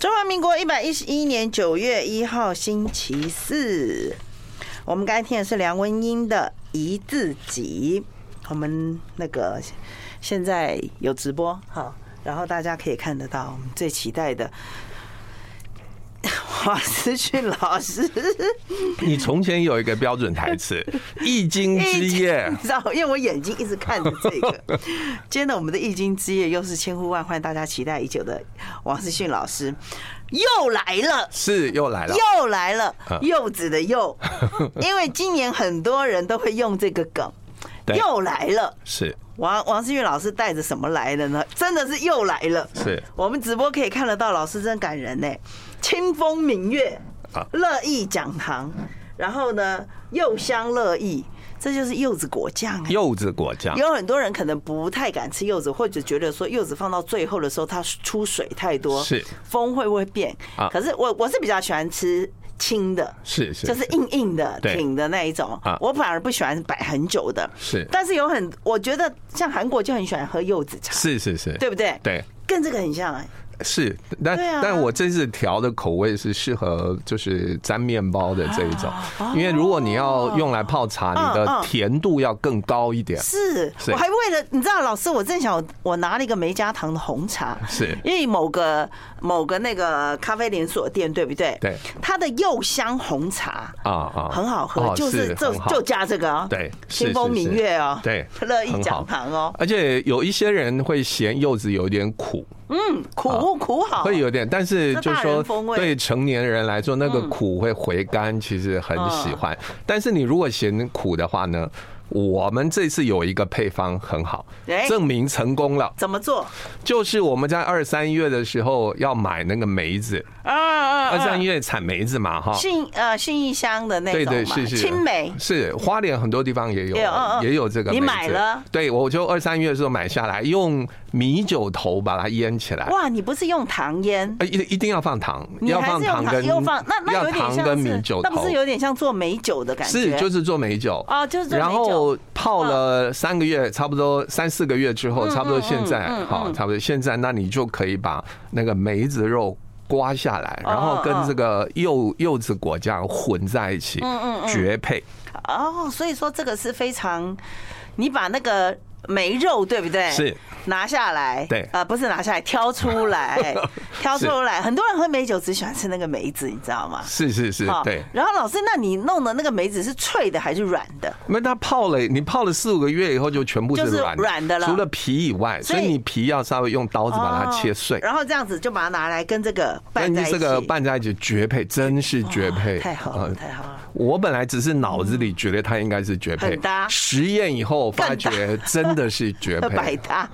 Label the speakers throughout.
Speaker 1: 中华民国一百一十一年九月一号星期四，我们刚才听的是梁文音的《一字集》，我们那个现在有直播哈，然后大家可以看得到我们最期待的华思俊老师。
Speaker 2: 你从前有一个标准 台词，《易经之夜
Speaker 1: 你》知道，因为我眼睛一直看着这个。今天的我们的易经之夜又是千呼万唤大家期待已久的王世训老师又来了。
Speaker 2: 是又来了，
Speaker 1: 又来了，
Speaker 2: 嗯
Speaker 1: 柚子的 柚，因为今年很多人都会用这个梗，
Speaker 2: 对
Speaker 1: 又来了。
Speaker 2: 是
Speaker 1: 王王思韵老师带着什么来的呢？真的是又来了。
Speaker 2: 是
Speaker 1: 我们直播可以看得到，老师真感人呢。清风明月
Speaker 2: 啊，
Speaker 1: 乐意讲堂，然后呢，柚香乐意，这就是柚子果酱哎。
Speaker 2: 柚子果酱，
Speaker 1: 有很多人可能不太敢吃柚子，或者觉得说柚子放到最后的时候它出水太多，
Speaker 2: 是
Speaker 1: 风会不会变？
Speaker 2: 啊
Speaker 1: 可是我我是比较喜欢吃青的，
Speaker 2: 是是
Speaker 1: 就是硬硬的、
Speaker 2: 对
Speaker 1: 挺的那一种
Speaker 2: 啊。
Speaker 1: 我反而不喜欢摆很久的，
Speaker 2: 是
Speaker 1: 但是有很，我觉得像韩国就很喜欢喝柚子茶，
Speaker 2: 是是是，
Speaker 1: 对不对？，
Speaker 2: 对
Speaker 1: 跟这个很像哎、
Speaker 2: 是，但、
Speaker 1: 对啊
Speaker 2: 但我这次调的口味是适合就是沾面包的这一种，因为如果你要用来泡茶，你
Speaker 1: 啊哦嗯嗯
Speaker 2: 的甜度要更高一点。
Speaker 1: 是，
Speaker 2: 是
Speaker 1: 我还为了你知道，老师，我正想我拿了一个梅加糖的红茶，
Speaker 2: 是
Speaker 1: 因为某个某个那个咖啡连锁店，对不对？
Speaker 2: 对，
Speaker 1: 它的柚香红茶
Speaker 2: 啊啊
Speaker 1: 很好喝，
Speaker 2: 哦
Speaker 1: 就是
Speaker 2: 是
Speaker 1: 就
Speaker 2: 很好
Speaker 1: 就加这个哦，
Speaker 2: 对是
Speaker 1: 清风
Speaker 2: 是是
Speaker 1: 明月哦，
Speaker 2: 对
Speaker 1: 乐意
Speaker 2: 很
Speaker 1: 讲
Speaker 2: 好
Speaker 1: 堂哦，
Speaker 2: 而且有一些人会嫌柚子有点苦，
Speaker 1: 嗯，苦
Speaker 2: 好
Speaker 1: 苦好，
Speaker 2: 会有点，但是
Speaker 1: 这
Speaker 2: 就是
Speaker 1: 大人风味嗯
Speaker 2: 说对成年人来说，那个苦会回甘，其实很喜欢。但是你如果嫌苦的话呢，我们这次有一个配方很好
Speaker 1: 哎，
Speaker 2: 证明成功了，
Speaker 1: 怎么做？
Speaker 2: 就是我们在二三月的时候要买那个梅子，
Speaker 1: 啊啊啊
Speaker 2: 二三！月产梅子嘛，哈。
Speaker 1: 信呃信义乡的那
Speaker 2: 对
Speaker 1: 种
Speaker 2: 对
Speaker 1: 嘛，
Speaker 2: 是是
Speaker 1: 青梅
Speaker 2: 是花莲很多地方也有
Speaker 1: 也有嗯嗯
Speaker 2: 也有这个
Speaker 1: 你
Speaker 2: 梅子。
Speaker 1: 买了
Speaker 2: 对，我就二三月的时候买下来，用米酒头把它腌起来。
Speaker 1: 哇，你不是用糖腌？
Speaker 2: 呃，一定一定要放糖，
Speaker 1: 你
Speaker 2: 要
Speaker 1: 还
Speaker 2: 放
Speaker 1: 是用
Speaker 2: 糖
Speaker 1: 糖，
Speaker 2: 跟
Speaker 1: 又放那那
Speaker 2: 要
Speaker 1: 有点
Speaker 2: 糖
Speaker 1: 像
Speaker 2: 跟米
Speaker 1: 是
Speaker 2: 酒，
Speaker 1: 那不
Speaker 2: 头
Speaker 1: 是有点像做美酒的感觉？
Speaker 2: 是就是做美酒
Speaker 1: 哦就是做美酒嗯
Speaker 2: 然后泡了三个月，差不多三四个月之后，差不多现在
Speaker 1: 嗯
Speaker 2: 好，差不多现在，那你就可以把那个梅子肉。刮下来，然
Speaker 1: 哦
Speaker 2: 后跟这个柚柚子果酱混在一起，
Speaker 1: 嗯
Speaker 2: 绝配。
Speaker 1: 哦，所以说这个是非常，你把那个梅肉对不对？
Speaker 2: 是
Speaker 1: 拿下来，
Speaker 2: 对
Speaker 1: 呃，不是拿下来，挑出 来， 挑出来。很多人喝梅酒只喜欢吃那个梅子，你知道吗？
Speaker 2: 是是是
Speaker 1: 好，
Speaker 2: 对。
Speaker 1: 然后老师，那你弄的那个梅子是脆的还是软的？
Speaker 2: 因为它泡了，你泡了四五个月以后就全部
Speaker 1: 就是是
Speaker 2: 软的，
Speaker 1: 软的了
Speaker 2: 除了皮以外，
Speaker 1: 所
Speaker 2: 所
Speaker 1: 以哦
Speaker 2: 以你皮要稍微用刀子把它切碎。
Speaker 1: 然后这样子就把它拿来跟这个拌
Speaker 2: 跟
Speaker 1: 在一起。
Speaker 2: 这个拌在一起绝配，真是绝配，
Speaker 1: 哦太好了
Speaker 2: 呃
Speaker 1: 太好了
Speaker 2: 我本来只是脑子里觉得它应该是绝配
Speaker 1: 嗯很搭，
Speaker 2: 实验以后发觉真的是 绝
Speaker 1: 百
Speaker 2: 配，
Speaker 1: 搭，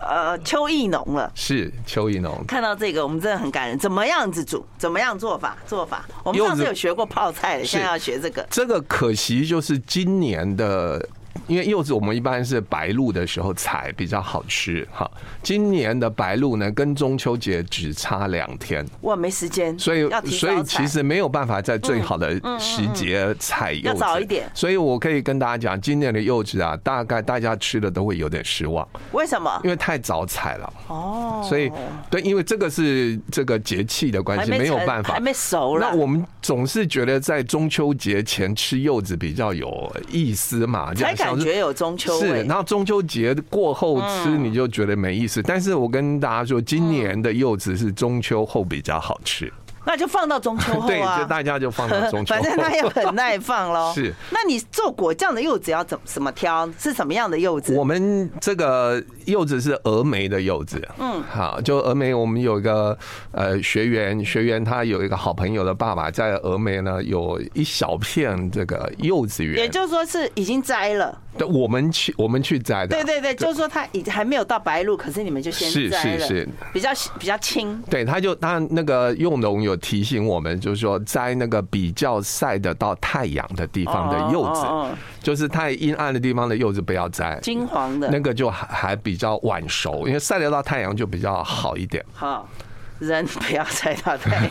Speaker 1: 呃，秋意浓了。
Speaker 2: 是邱意农。
Speaker 1: 看到这个，我们真的很感人。怎么样子煮？怎么样做法？做法？我们
Speaker 2: 柚
Speaker 1: 上次
Speaker 2: 子
Speaker 1: 有学过泡菜的，
Speaker 2: 是
Speaker 1: 现在要学这个。
Speaker 2: 这个可惜就是今年的，因为柚子我们一般是白露的时候采比较好吃哈。今年的白露呢，跟中秋节只差两天，
Speaker 1: 我没时间，
Speaker 2: 所
Speaker 1: 要提早
Speaker 2: 以所
Speaker 1: 采
Speaker 2: 以
Speaker 1: 嗯
Speaker 2: 其实没有办法在最好的时节采柚子，
Speaker 1: 要早一点
Speaker 2: 所以我可以跟大家讲，今年的柚子啊，大概大家吃的都会有点失望，
Speaker 1: 为什么？
Speaker 2: 因为太早采了。
Speaker 1: 哦，
Speaker 2: 所以对，因为这个是这个节气的关
Speaker 1: 还
Speaker 2: 系，
Speaker 1: 没
Speaker 2: 没有
Speaker 1: 成
Speaker 2: 办法，
Speaker 1: 还没熟了
Speaker 2: 那我们总是觉得在中秋节前吃柚子比较有意思嘛，这
Speaker 1: 才
Speaker 2: 样
Speaker 1: 感
Speaker 2: 想说
Speaker 1: 觉有欸嗯中秋
Speaker 2: 是，
Speaker 1: 味。
Speaker 2: 然后中秋节过后吃你就觉得没意思。但是我跟大家说，今年的柚子是中秋后比较好吃。
Speaker 1: 那就放到中秋后
Speaker 2: 对，
Speaker 1: 啊
Speaker 2: 就。大家就放到中秋
Speaker 1: 反
Speaker 2: 后。
Speaker 1: 正它也很耐放喽。
Speaker 2: 是
Speaker 1: 那你做果酱的柚子要怎么怎么挑？是什么样的柚子？
Speaker 2: 我们这个柚子是峨眉的柚子，嗯，好，就峨眉，我们有一个呃学员，学员他有一个好朋友的爸爸在峨眉呢，有一小片这个柚子
Speaker 1: 也
Speaker 2: 园，
Speaker 1: 就是说是已经摘了，
Speaker 2: 对我们去我们去摘的，
Speaker 1: 对对对，就是说它已还没有到白露，可是你们就先
Speaker 2: 是
Speaker 1: 摘了，
Speaker 2: 是是
Speaker 1: 比较比较轻，
Speaker 2: 对，他就他那个用农有提醒我们，就是说摘那个比较晒得到太阳的地方的柚
Speaker 1: 哦哦哦哦
Speaker 2: 子，就是太阴暗的地方的柚子不要摘，
Speaker 1: 金黄的。
Speaker 2: 那个就还还比较晚熟，因为晒得到太阳就比较好一点。
Speaker 1: 好，人不要 晒到太阳，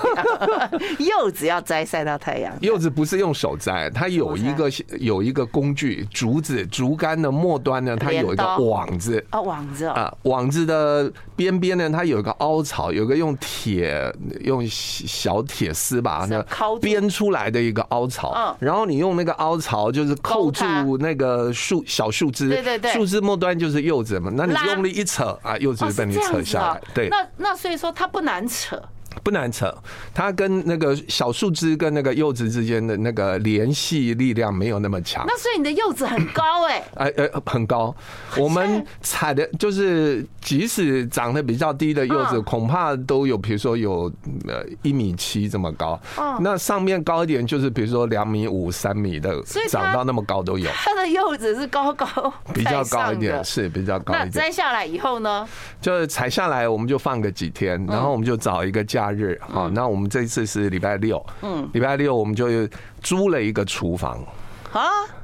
Speaker 1: 柚子要摘晒到太阳。
Speaker 2: 柚子不是用手摘，它有一个有一个工具，竹子竹竿的末端呢，它有一个网子
Speaker 1: 啊，网子
Speaker 2: 啊，网子的边边呢，它有一个凹槽，有个用铁用小铁丝把那编出来的一个凹槽，
Speaker 1: 嗯
Speaker 2: 然后你用那个凹槽就是扣住那个树小树枝，
Speaker 1: 对对对，
Speaker 2: 树枝末端就是柚子嘛，那你用力一扯啊，
Speaker 1: 哦
Speaker 2: 柚子就被你扯下来。对，
Speaker 1: 那那所以说它不难扯。
Speaker 2: 不难扯，它跟那个小树枝跟那个柚子之间的那个联系力量没有那么强。
Speaker 1: 那所以你的柚子很高哎、
Speaker 2: 欸，呃呃很高。我们采的就是即使长得比较低的柚子，恐怕都有，比如说有呃一米七这么高。哦，那上面高一点就是比如说两米五、三米的，长到那么高都有。
Speaker 1: 它的柚子是高高
Speaker 2: 比较高一点，是比较高一点。那
Speaker 1: 摘下来以后呢？
Speaker 2: 就是采下来，我们就放个几天，
Speaker 1: 嗯
Speaker 2: 然后我们就找一个假。假日好，那我们这一次是礼拜六，嗯，礼拜六我们就租了一个厨房
Speaker 1: 啊，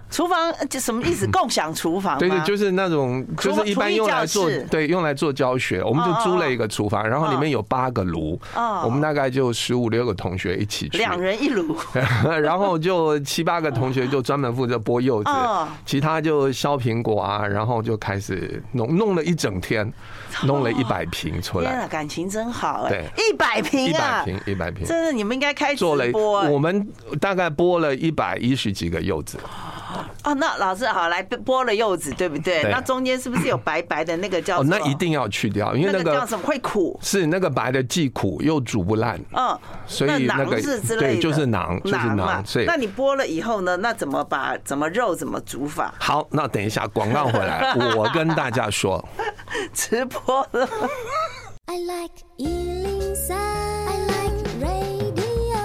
Speaker 1: 厨房呃就什么意 思？共享厨房？
Speaker 2: 对对，就是那种就是一般用来做对用来做教学，我们就租了一个厨
Speaker 1: 嗯
Speaker 2: 房，然后里面有八个炉，我们大概就十五六个同学一起
Speaker 1: 哦
Speaker 2: 去，
Speaker 1: 两人一炉，
Speaker 2: 然后就七八个同学就专门负责剥柚子，
Speaker 1: 哦
Speaker 2: 其他就削苹果啊，然后就开始弄弄了一整天。弄了一百瓶出来，天
Speaker 1: 啊，感情真好哎！
Speaker 2: 对，
Speaker 1: 一百瓶
Speaker 2: 啊，一百瓶，一百瓶，
Speaker 1: 真的，你们应该开欸
Speaker 2: 做了。
Speaker 1: 我
Speaker 2: 们大概剥了一百一十几个柚子。
Speaker 1: 哦，那老师好，来剥了柚子，对不对？那中间是不是有白白的那个叫？
Speaker 2: 哦，那一定要去掉，因为那
Speaker 1: 个叫什么会苦？
Speaker 2: 是那个白的既苦又煮不烂。嗯，所以那个对，就是囊，就是囊。所以
Speaker 1: 那你剥了以后呢？那怎么把怎么肉怎么煮法？
Speaker 2: 好，那等一下广告回 来，我跟大家说，
Speaker 1: 直播。播 了。I like 一零三，I like radio。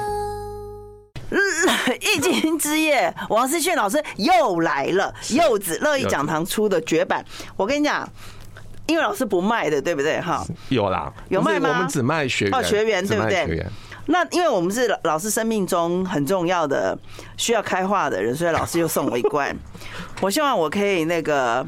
Speaker 1: 易经之夜，王思炫老师又来了，柚子乐意讲堂出的绝版。我跟你讲，因为老师不卖的，对不对？哈，
Speaker 2: 有啦，
Speaker 1: 有卖吗？
Speaker 2: 我们只卖学员，
Speaker 1: 哦，学员对不对？那因为我们是老师生命中很重要的需要开化的人，所以老师又送我一 罐。我希望我可以那个。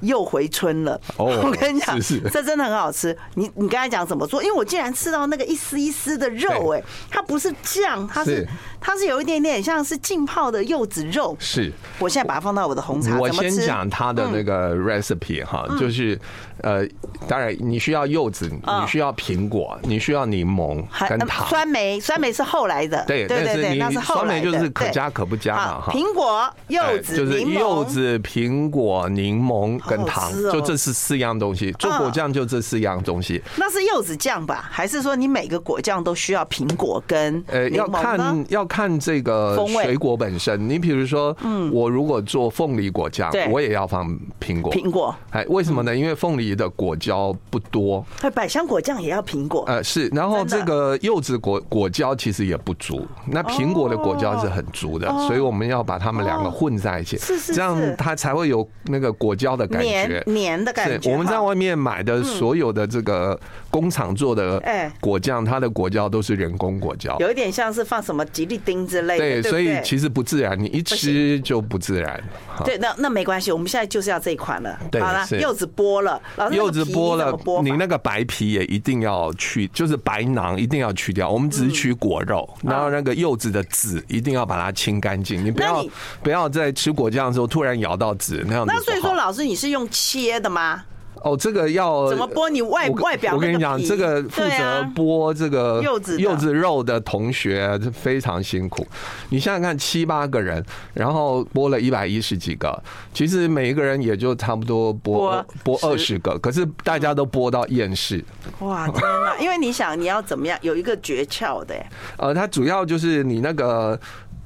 Speaker 1: 又回春了，
Speaker 2: 哦
Speaker 1: 我跟你讲，这真的很好吃。你你刚才讲怎么做？因为我竟然吃到那个一丝一丝的肉，哎，它不是酱，它是它是有一点点像是浸泡的柚子肉。
Speaker 2: 是，
Speaker 1: 我现在把它放到我的红茶。
Speaker 2: 我先讲它的
Speaker 1: 嗯
Speaker 2: 那个 recipe 哈，就是呃，当然你需要柚子，
Speaker 1: 嗯
Speaker 2: 你需要苹果，你需要柠檬跟糖。
Speaker 1: 呃酸梅，酸梅是后来的，
Speaker 2: 对
Speaker 1: 对对，那是后
Speaker 2: 来的。就是可加可不加嘛哈。
Speaker 1: 苹果、柚子、
Speaker 2: 哎就是柚子、苹果、柠檬。跟糖，
Speaker 1: 哦
Speaker 2: 就这是四样东西。做果酱就这四样东西。
Speaker 1: 那是柚子酱吧？还是说你每个果酱都需要苹果跟？
Speaker 2: 呃，要看要看这个水果本身。你比如说，嗯，我如果做凤梨果酱，我也要放苹果。
Speaker 1: 苹果，嗯
Speaker 2: 哎，为什么呢？因为凤梨的果胶不多。
Speaker 1: 哎，百香果酱也要苹果。
Speaker 2: 呃，是。然后这个柚子果果胶其实也不足，那苹果的果胶是很足的，所以我们要把它们两个混在一起，
Speaker 1: 哦是是，
Speaker 2: 这样它才会有那个果胶的。感觉
Speaker 1: 黏的感觉，嗯
Speaker 2: 我们在外面买的所有的这个工厂做的果酱，它的果胶都是人工果胶，
Speaker 1: 哎有一点像是放什么吉利丁之类的。对，
Speaker 2: 所以其实不自然，你一吃就不自然。
Speaker 1: 对，那那没关系，我们现在就是要这一款了。
Speaker 2: 对，
Speaker 1: 好了，柚子剥了，
Speaker 2: 柚子剥了，你那个白皮也一定要去，就是白囊一定要去掉。我们只取果肉，
Speaker 1: 嗯
Speaker 2: 然后那个柚子的籽一定要把它清干净。你不要不要在吃果酱的时候突然咬到籽，那样
Speaker 1: 那所以说，老师你。是用切的吗？
Speaker 2: 哦，这个要
Speaker 1: 怎么剥？你外外表
Speaker 2: 我跟你讲，这个
Speaker 1: 啊
Speaker 2: 负责剥这个
Speaker 1: 柚子
Speaker 2: 柚子肉的同学非常辛苦。你想想看，七八个人，然后剥了一百一十几个，其实每一个人也就差不多剥剥二十个，可是大家都剥到厌世。
Speaker 1: 哇，天 哪！因为你想你要怎么样，有一个诀窍的。
Speaker 2: 呃，它主要就是你那个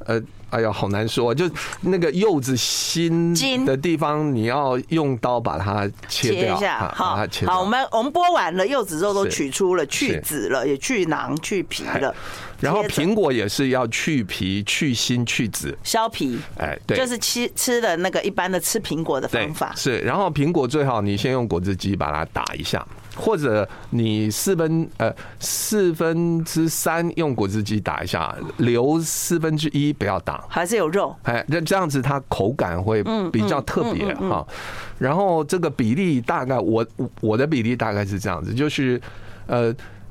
Speaker 2: 呃。哎呀，好难说，就那个柚子心的地方，你要用刀把它切掉，
Speaker 1: 好，
Speaker 2: 把它切
Speaker 1: 好，我们我们剥完了柚子肉都取出了，去籽了，也去囊、去皮了。
Speaker 2: 然后苹果也是要去皮、去心、去籽，
Speaker 1: 削皮。
Speaker 2: 哎，对，
Speaker 1: 就是吃吃的那个一般的吃苹果的方法。
Speaker 2: 是，然后苹果最好你先用果汁机把它打一下，或者你四分呃四分之三用果汁机打一下，留四分之一不要打。
Speaker 1: 还是有肉，
Speaker 2: 哎，那这样子它口感会比较特别哈、嗯嗯嗯。然后这个比例大概，我我的比例大概是这样子，就是呃，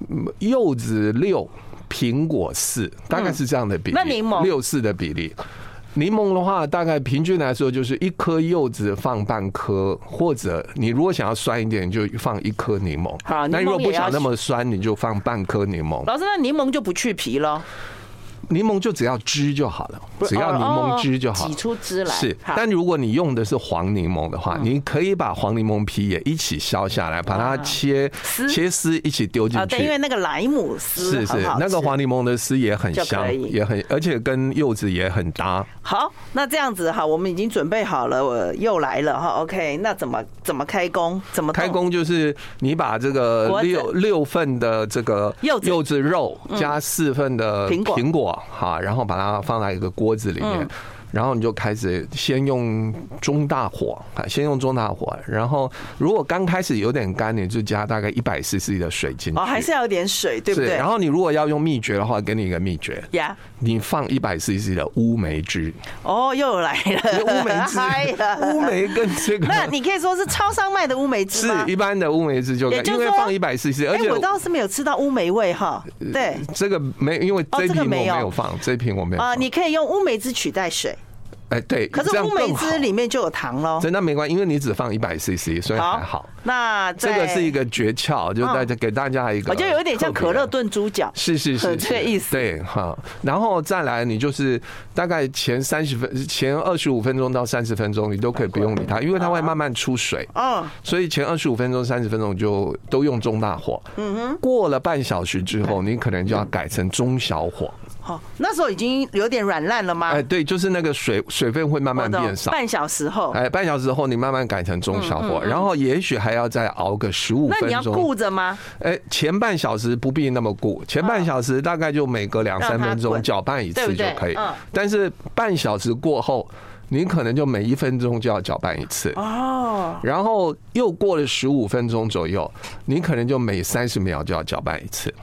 Speaker 2: 嗯柚子六，苹果四，大概是这样的比
Speaker 1: 嗯
Speaker 2: 例。
Speaker 1: 那柠檬
Speaker 2: 六四的比例。柠檬的话，大概平均来说就是一颗柚子放半颗，或者你如果想要酸一点，就放一颗柠檬。
Speaker 1: 好
Speaker 2: 那
Speaker 1: 柠
Speaker 2: 如
Speaker 1: 檬
Speaker 2: 果
Speaker 1: 也
Speaker 2: 不
Speaker 1: 要
Speaker 2: 想那么酸，你就放半颗柠檬。
Speaker 1: 老师，那柠檬就不去皮了，
Speaker 2: 柠檬就只要汁就好了，
Speaker 1: 不是
Speaker 2: 只要柠
Speaker 1: 哦
Speaker 2: 檬
Speaker 1: 哦
Speaker 2: 汁就好
Speaker 1: 挤。出汁来。
Speaker 2: 是，
Speaker 1: 好嗯
Speaker 2: 但如果你用的是黄柠檬的话，你可以把黄柠檬皮也一起削下来，把它切
Speaker 1: 啊丝
Speaker 2: 切丝一起丢进
Speaker 1: 啊，对，因为
Speaker 2: 去。
Speaker 1: 那个莱姆丝
Speaker 2: 是是
Speaker 1: 很好，
Speaker 2: 那个
Speaker 1: 吃
Speaker 2: 黄柠檬的丝也很
Speaker 1: 就可
Speaker 2: 香，
Speaker 1: 以
Speaker 2: 也很，而且跟柚子也很搭。
Speaker 1: 好，那这样子哈，我们已经准备好了，我又来了哈。OK，那怎么怎么开工？怎么动
Speaker 2: 开？工就是你把这个
Speaker 1: 果子
Speaker 2: 六六份的这个
Speaker 1: 柚子嗯
Speaker 2: 肉加四份的
Speaker 1: 苹果嗯
Speaker 2: 苹果哈，然后把它放在一个锅子里面。然后你就开始先用中大火啊，先用中大火。然后如果刚开始有点干，你就加大概一百 CC 的水进去。
Speaker 1: 哦，还是要有点水，对不
Speaker 2: 是
Speaker 1: 对？
Speaker 2: 然后你如果要用秘诀的话，给你一个秘诀，
Speaker 1: 呀，
Speaker 2: 你放一百 CC 的乌梅汁。
Speaker 1: 哦，又来
Speaker 2: 因为
Speaker 1: 了，
Speaker 2: 乌梅
Speaker 1: 哎呀
Speaker 2: 汁，乌梅跟这个
Speaker 1: 那你可以说是超商卖的乌梅汁
Speaker 2: 是
Speaker 1: 吗？
Speaker 2: 一般的乌梅汁就可以
Speaker 1: 也，就是
Speaker 2: 因为
Speaker 1: 说
Speaker 2: 放一百 CC，而
Speaker 1: 哎、
Speaker 2: 且呃
Speaker 1: 我倒是没有吃到乌梅味哈。对
Speaker 2: 这个没，因为
Speaker 1: 哦这
Speaker 2: 这一
Speaker 1: 个
Speaker 2: 瓶我
Speaker 1: 没
Speaker 2: 没
Speaker 1: 有
Speaker 2: 有放，这一瓶我没有
Speaker 1: 啊、
Speaker 2: 放。
Speaker 1: 你可以用乌梅汁取代水，
Speaker 2: 哎，对，
Speaker 1: 可
Speaker 2: 呃这
Speaker 1: 是
Speaker 2: 样
Speaker 1: 乌梅
Speaker 2: 更好
Speaker 1: 汁里，面就有糖喽。
Speaker 2: 真的没关系，因为你只放一百 CC，所以还好。
Speaker 1: 那
Speaker 2: 这个
Speaker 1: 在
Speaker 2: 是一，个诀窍，就大家给大家一个，
Speaker 1: 嗯我觉得有点像可乐。炖猪脚。
Speaker 2: 是是是，
Speaker 1: 这个
Speaker 2: 是
Speaker 1: 意思
Speaker 2: 对哈，然后再来，你就是大概前三十分、前二十五分钟到三十分钟，你都可以不用理它，因为它会慢慢出水。
Speaker 1: 嗯，
Speaker 2: 所以前二十五分钟、三十分钟就都用中大火。嗯哼，过了半小时之后，你可能就要改成中小火。
Speaker 1: 好、那时候已经有点软烂了吗？
Speaker 2: 哎，对，就是那个水水分会慢
Speaker 1: 啊我
Speaker 2: 慢
Speaker 1: 懂
Speaker 2: 变少。
Speaker 1: 半小时后，
Speaker 2: 哎，半小时后你慢慢改成中小火，
Speaker 1: 嗯
Speaker 2: 然后也许还要再熬个十五
Speaker 1: 那你
Speaker 2: 分
Speaker 1: 要
Speaker 2: 钟
Speaker 1: 顾。着吗？
Speaker 2: 哎，前半小时不必那么顾，前半小时大概就每隔两三分
Speaker 1: 让它
Speaker 2: 钟
Speaker 1: 滚
Speaker 2: 搅拌一
Speaker 1: 对不
Speaker 2: 次就
Speaker 1: 对
Speaker 2: 可以
Speaker 1: 嗯。
Speaker 2: 但是半小时过后，你可能就每一分钟就要搅拌一次。
Speaker 1: 哦，
Speaker 2: 然后又过了十五分钟左右，你可能就每三十秒就要搅拌一次。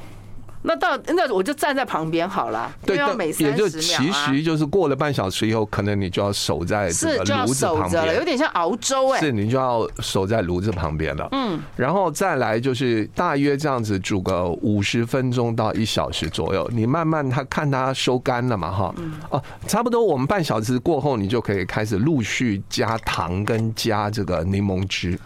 Speaker 1: 那到那我就站在旁边好了，
Speaker 2: 对，
Speaker 1: 因为要
Speaker 2: 但
Speaker 1: 每
Speaker 2: 也
Speaker 1: 三
Speaker 2: 就
Speaker 1: 十秒
Speaker 2: 其
Speaker 1: 啊，
Speaker 2: 实就是过了半小时以后，可能你就要守在这
Speaker 1: 是就
Speaker 2: 个
Speaker 1: 要
Speaker 2: 炉子
Speaker 1: 守
Speaker 2: 旁
Speaker 1: 着了，有
Speaker 2: 边。
Speaker 1: 点像熬粥哎、
Speaker 2: 是你就要守在炉子旁边了，嗯，然后再来就是大约这样子煮个五十分钟到一小时左右，你慢慢它看它收干了嘛，哈，
Speaker 1: 嗯
Speaker 2: 哦，差不多我们半小时过后，你就可以开始陆续加糖跟加这个柠檬汁，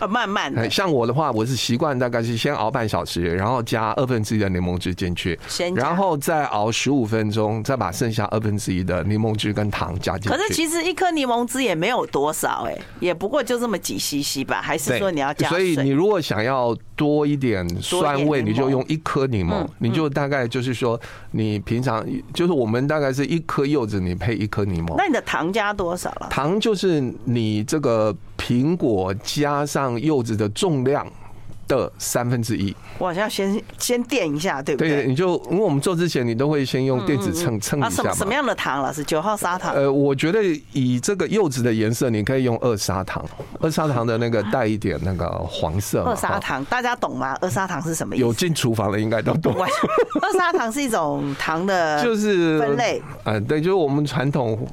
Speaker 1: 呃，慢慢的
Speaker 2: 哎，像我的话，我是习惯大概是先熬半小时，然后加二分之一的柠檬汁进去
Speaker 1: 先，加
Speaker 2: 然后再熬十五分钟，再把剩下二分之一的柠檬汁跟糖加进去。
Speaker 1: 可是其实一颗柠檬汁也没有多少哎、也不过就这么几 CC 吧，还是
Speaker 2: 对
Speaker 1: 说你要加
Speaker 2: 所以你
Speaker 1: 水？
Speaker 2: 如果想要多一点酸
Speaker 1: 多一
Speaker 2: 味，
Speaker 1: 点柠檬嗯
Speaker 2: 你就用一颗柠檬，你就大概就是说，你平常就是我们大概是一颗柚子，你配一颗柠檬。
Speaker 1: 那你的糖加多少啊了？
Speaker 2: 糖就是你这个苹果加上柚子的重量的三分之一。
Speaker 1: 我好像先先垫一下，对不
Speaker 2: 对，
Speaker 1: 对？
Speaker 2: 你就因为我们做之前，你都会先用电子秤称
Speaker 1: 啊，
Speaker 2: 一
Speaker 1: 什
Speaker 2: 下
Speaker 1: 么什么
Speaker 2: 嘛。
Speaker 1: 样的糖？老师，九号砂糖。
Speaker 2: 呃，我觉得以这个柚子的颜色，你可以用二砂糖，二砂糖的那个带一点那个黄色嘛。
Speaker 1: 二砂
Speaker 2: 哈
Speaker 1: 糖，大家懂吗？二砂糖是什么意
Speaker 2: 有
Speaker 1: 思？
Speaker 2: 进厨房的应该都懂。
Speaker 1: 二砂糖是一种糖的，
Speaker 2: 就是
Speaker 1: 呃分类，
Speaker 2: 呃，对，就是我们传统，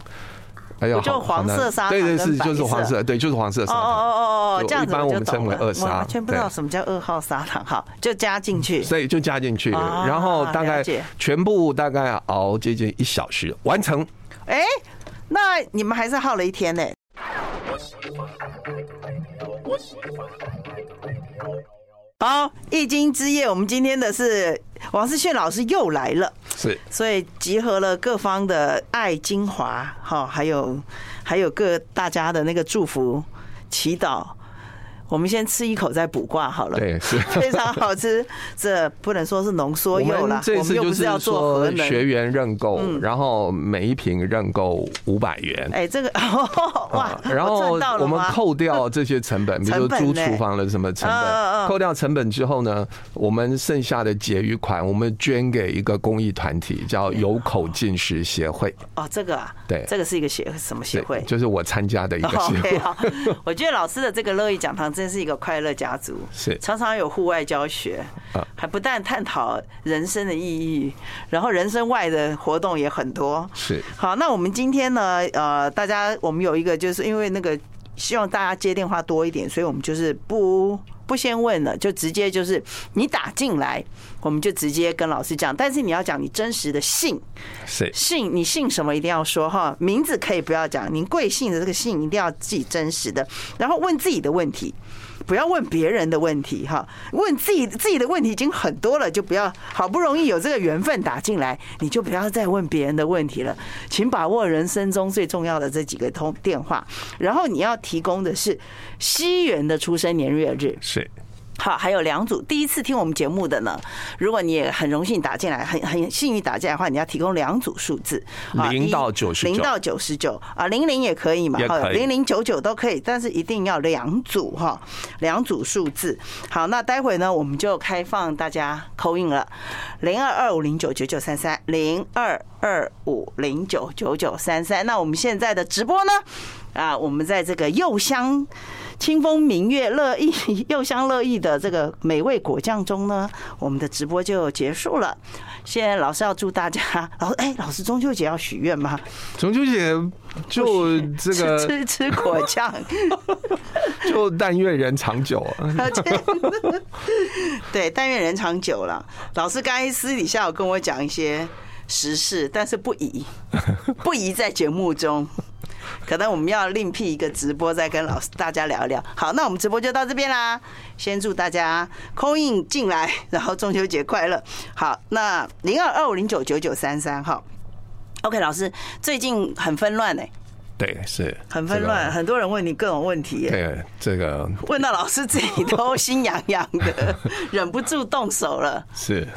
Speaker 2: 哎呀，
Speaker 1: 不就
Speaker 2: 好
Speaker 1: 黄色
Speaker 2: 好难
Speaker 1: 砂糖
Speaker 2: 对对
Speaker 1: 跟
Speaker 2: 是
Speaker 1: 白
Speaker 2: 就是黄
Speaker 1: 色
Speaker 2: 色，对就是黄色砂
Speaker 1: 哦
Speaker 2: 糖，
Speaker 1: 哦哦哦，
Speaker 2: 就
Speaker 1: 这样
Speaker 2: 一
Speaker 1: 子
Speaker 2: 般
Speaker 1: 我
Speaker 2: 我
Speaker 1: 就
Speaker 2: 们
Speaker 1: 懂
Speaker 2: 称为
Speaker 1: 了。
Speaker 2: 二
Speaker 1: 我
Speaker 2: 砂
Speaker 1: 完全不知道
Speaker 2: 对
Speaker 1: 什么叫二号砂糖，好，就加进去。
Speaker 2: 所以就加进去，
Speaker 1: 啊
Speaker 2: 然后大概
Speaker 1: 了解
Speaker 2: 全部大概熬接近一小时完成。
Speaker 1: 哎、那你们还是耗了一天呢、好，《易经之夜》，我们今天的是王世炫老师又来了。
Speaker 2: 是
Speaker 1: 所以集合了各方的爱精华，哈，还有还有各大家的那个祝福祈祷。我们先吃一口再卜卦好了，
Speaker 2: 对 是
Speaker 1: 非常好吃。这不能说是浓缩
Speaker 2: 我
Speaker 1: 柚啦
Speaker 2: 们，这
Speaker 1: 我们
Speaker 2: 次
Speaker 1: 又
Speaker 2: 就
Speaker 1: 不是要
Speaker 2: 是
Speaker 1: 做核
Speaker 2: 说
Speaker 1: 能。嗯
Speaker 2: 学员认购，然后每一瓶认购五百元。
Speaker 1: 哎，这个 哇
Speaker 2: 啊，，然
Speaker 1: 我
Speaker 2: 后
Speaker 1: 赚到了
Speaker 2: 我们
Speaker 1: 吗
Speaker 2: 扣掉这些 成本，比如
Speaker 1: 成
Speaker 2: 说
Speaker 1: 本
Speaker 2: 租
Speaker 1: 呢
Speaker 2: 厨房的什么成
Speaker 1: 嗯嗯嗯
Speaker 2: 本，扣掉成本之后呢，我们剩下的结余款，我们捐给一个公益团体，叫有口进食协会，
Speaker 1: 哦，这个啊，
Speaker 2: 对
Speaker 1: 这个是一个协什么协
Speaker 2: 对
Speaker 1: 会？
Speaker 2: 就是我参加的一个 协
Speaker 1: OK，
Speaker 2: 会。
Speaker 1: 好，我觉得老师的这个乐意讲堂真是一个快乐家族，
Speaker 2: 是
Speaker 1: 常常有户外教学
Speaker 2: 啊，
Speaker 1: 还不但探讨人生的意义，然后人生外的活动也很多。
Speaker 2: 是
Speaker 1: 好，那我们今天呢，呃，大家我们有一个就是因为那个希望大家接电话多一点，所以我们就是不不先问了，就直接就是你打进来，我们就直接跟老师讲。但是你要讲你真实的姓，
Speaker 2: 是
Speaker 1: 姓你姓什么一定要说哈，名字可以不要讲，您贵姓的这个姓一定要记真实的，然后问自己的问题。不要问别人的问题哈，问自己自己的问题已经很多了，就不要好不容易有这个缘分打进来，你就不要再问别人的问题了。请把握人生中最重要的这几个通电话，然后你要提供的是西元的出生年月日。
Speaker 2: 是。
Speaker 1: 好，还有两组第一次听我们节目的呢，如果你也很荣幸打进来，很很幸运打进来的话，你要提供两组数字，啊
Speaker 2: 0到
Speaker 1: 一
Speaker 2: 99
Speaker 1: 零到九十九啊，零零也可以嘛
Speaker 2: 也，可以
Speaker 1: 零零九九都可以，但是一定要两组哈，两组数字。好，那待会呢，我们就开放大家扣印了，零二二五零九九九三三，零二二五零九九九三三。那我们现在的直播呢？啊，我们在这个柚香清风明月乐意 柚香乐意的这个美味果酱中呢，我们的直播就结束了。现在老师要祝大家，老哎，老师中秋节要许愿吗？
Speaker 2: 中秋节就 这
Speaker 1: 吃
Speaker 2: 个
Speaker 1: 吃吃果 酱，
Speaker 2: 就但愿人长久啊。
Speaker 1: 对，但愿人长久了。老师刚才私底下有跟我讲一些时事，但是不 宜，不宜在节目中。可能我们要另辟一个直播，再跟老师大家聊一聊。好，那我们直播就到这边啦。先祝大家空印进来，然后中秋节快乐。好，那零二二五零九九九三三号。OK，老师最近很纷乱哎，
Speaker 2: 对，是
Speaker 1: 很纷
Speaker 2: 啊
Speaker 1: 乱，。很多人问你各种问题、耶
Speaker 2: 这个对，这个
Speaker 1: 问到老师自己都心痒痒的，忍不住动手 了。
Speaker 2: 是，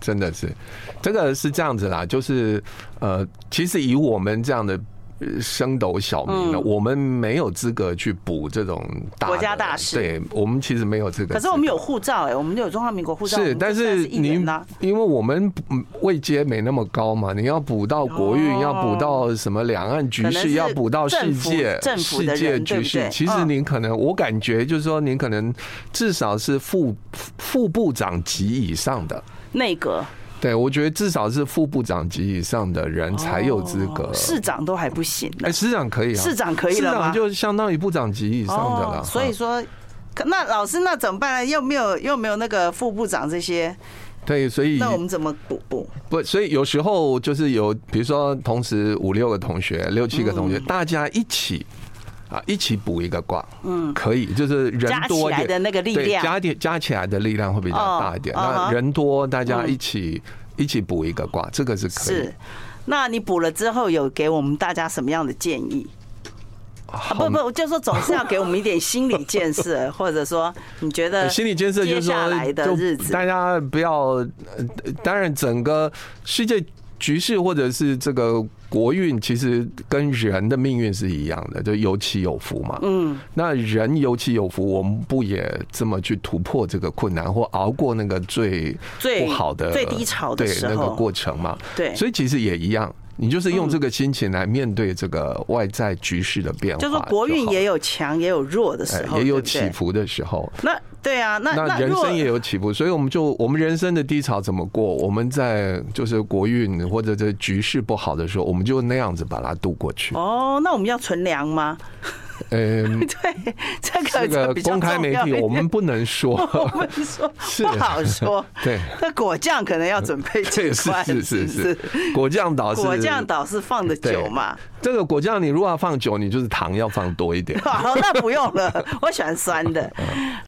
Speaker 2: 真的是，这个是这样子啦，就是呃，其实以我们这样的。呃升斗小民呢，我们没有资格去补这种大
Speaker 1: 嗯
Speaker 2: 的
Speaker 1: 国家大事
Speaker 2: 对我们其实没有这个资格。
Speaker 1: 可是我们有护照哎、我们有中华民国护照，我
Speaker 2: 是，
Speaker 1: 们
Speaker 2: 但
Speaker 1: 就算
Speaker 2: 是
Speaker 1: 议员
Speaker 2: 你
Speaker 1: 啦。
Speaker 2: 因为我们不嗯位阶没那么高嘛，你要补到国运，要补到什么两岸局
Speaker 1: 可能
Speaker 2: 势，
Speaker 1: 是
Speaker 2: 要补到
Speaker 1: 政
Speaker 2: 世
Speaker 1: 府
Speaker 2: 界
Speaker 1: 政府的
Speaker 2: 世界
Speaker 1: 人对
Speaker 2: 局
Speaker 1: 不
Speaker 2: 势
Speaker 1: 对。
Speaker 2: 其实
Speaker 1: 嗯
Speaker 2: 您可能，我感觉就是说，您可能至少是副副部长级以上的。
Speaker 1: 内阁
Speaker 2: 对，我觉得至少是副部长级以上的人才有资格。
Speaker 1: 市长都还不行呢
Speaker 2: 呃哎，，市长可以啊，
Speaker 1: 哦市长可以了
Speaker 2: 市
Speaker 1: 吗
Speaker 2: 长就相当于部长级以上的了。
Speaker 1: 哦所以
Speaker 2: 啊
Speaker 1: 说。可那老师，那怎么办呢？又没有又没有那个副部长这些，
Speaker 2: 对，所以
Speaker 1: 那我们怎么补补？
Speaker 2: 不，所以有时候就是有，比如说同时五六个同学、六七个同
Speaker 1: 嗯
Speaker 2: 学，大家一起。啊，一起补一个卦，嗯，可以，就是人
Speaker 1: 加起
Speaker 2: 多一
Speaker 1: 来
Speaker 2: 点
Speaker 1: 的那个力
Speaker 2: 对
Speaker 1: 量
Speaker 2: 加点加起来的力量会比较
Speaker 1: 哦
Speaker 2: 大一点。
Speaker 1: 嗯
Speaker 2: 那
Speaker 1: 哼嗯
Speaker 2: 人多，大家一起一起补一个卦，这个是可以
Speaker 1: 是。，那你补了之后有给我们大家什么样的建议？啊、
Speaker 2: 好
Speaker 1: 不不，就说总是要给我们一点心理建 设，或者说你觉得
Speaker 2: 哎心理建设就是
Speaker 1: 呃接下来
Speaker 2: 说，
Speaker 1: 的日
Speaker 2: 就
Speaker 1: 子
Speaker 2: 大家不要，呃当然整个世界局势或者是这个国运，其实跟人的命运是一样的，就有起有伏嘛。嗯，那人有起有伏，我们不也这么去突破这个困难，或熬过那个最
Speaker 1: 最
Speaker 2: 不好的
Speaker 1: 最低潮的
Speaker 2: 对
Speaker 1: 时
Speaker 2: 那个
Speaker 1: 候
Speaker 2: 过程嘛？
Speaker 1: 对
Speaker 2: 所以其实也一样。你就是用这个心情来面对这个外在局势的变化
Speaker 1: 嗯就
Speaker 2: 好
Speaker 1: 说
Speaker 2: 了，
Speaker 1: 国运也有强也有弱的时
Speaker 2: 哎
Speaker 1: 候，
Speaker 2: 也
Speaker 1: 对
Speaker 2: 有
Speaker 1: 不对
Speaker 2: 起。伏的时候，
Speaker 1: 那对啊，那
Speaker 2: 那人
Speaker 1: 若
Speaker 2: 生也有起伏，所以我们就我们人生的低潮怎么过？我们在就是国运或者这局势不好的时候，我们就那样子把它度过去。
Speaker 1: 哦，那我们要存粮吗？
Speaker 2: 嗯，
Speaker 1: 对，这个
Speaker 2: 这个
Speaker 1: 比较
Speaker 2: 公开
Speaker 1: 重
Speaker 2: 媒
Speaker 1: 要
Speaker 2: 体
Speaker 1: 一
Speaker 2: 我
Speaker 1: 点哦
Speaker 2: 们不能
Speaker 1: 我
Speaker 2: 说，
Speaker 1: 们说
Speaker 2: 是。
Speaker 1: 不好说
Speaker 2: 啊对，
Speaker 1: 那果酱可能要准 备几
Speaker 2: 这个 是
Speaker 1: 罐，
Speaker 2: 是
Speaker 1: 是
Speaker 2: 是
Speaker 1: 不
Speaker 2: 是，果酱岛是
Speaker 1: 果酱岛是放的久嘛？
Speaker 2: 这个果酱，你如果要放酒，你就是糖要放多一点。
Speaker 1: 好，那不用了，我喜欢酸的。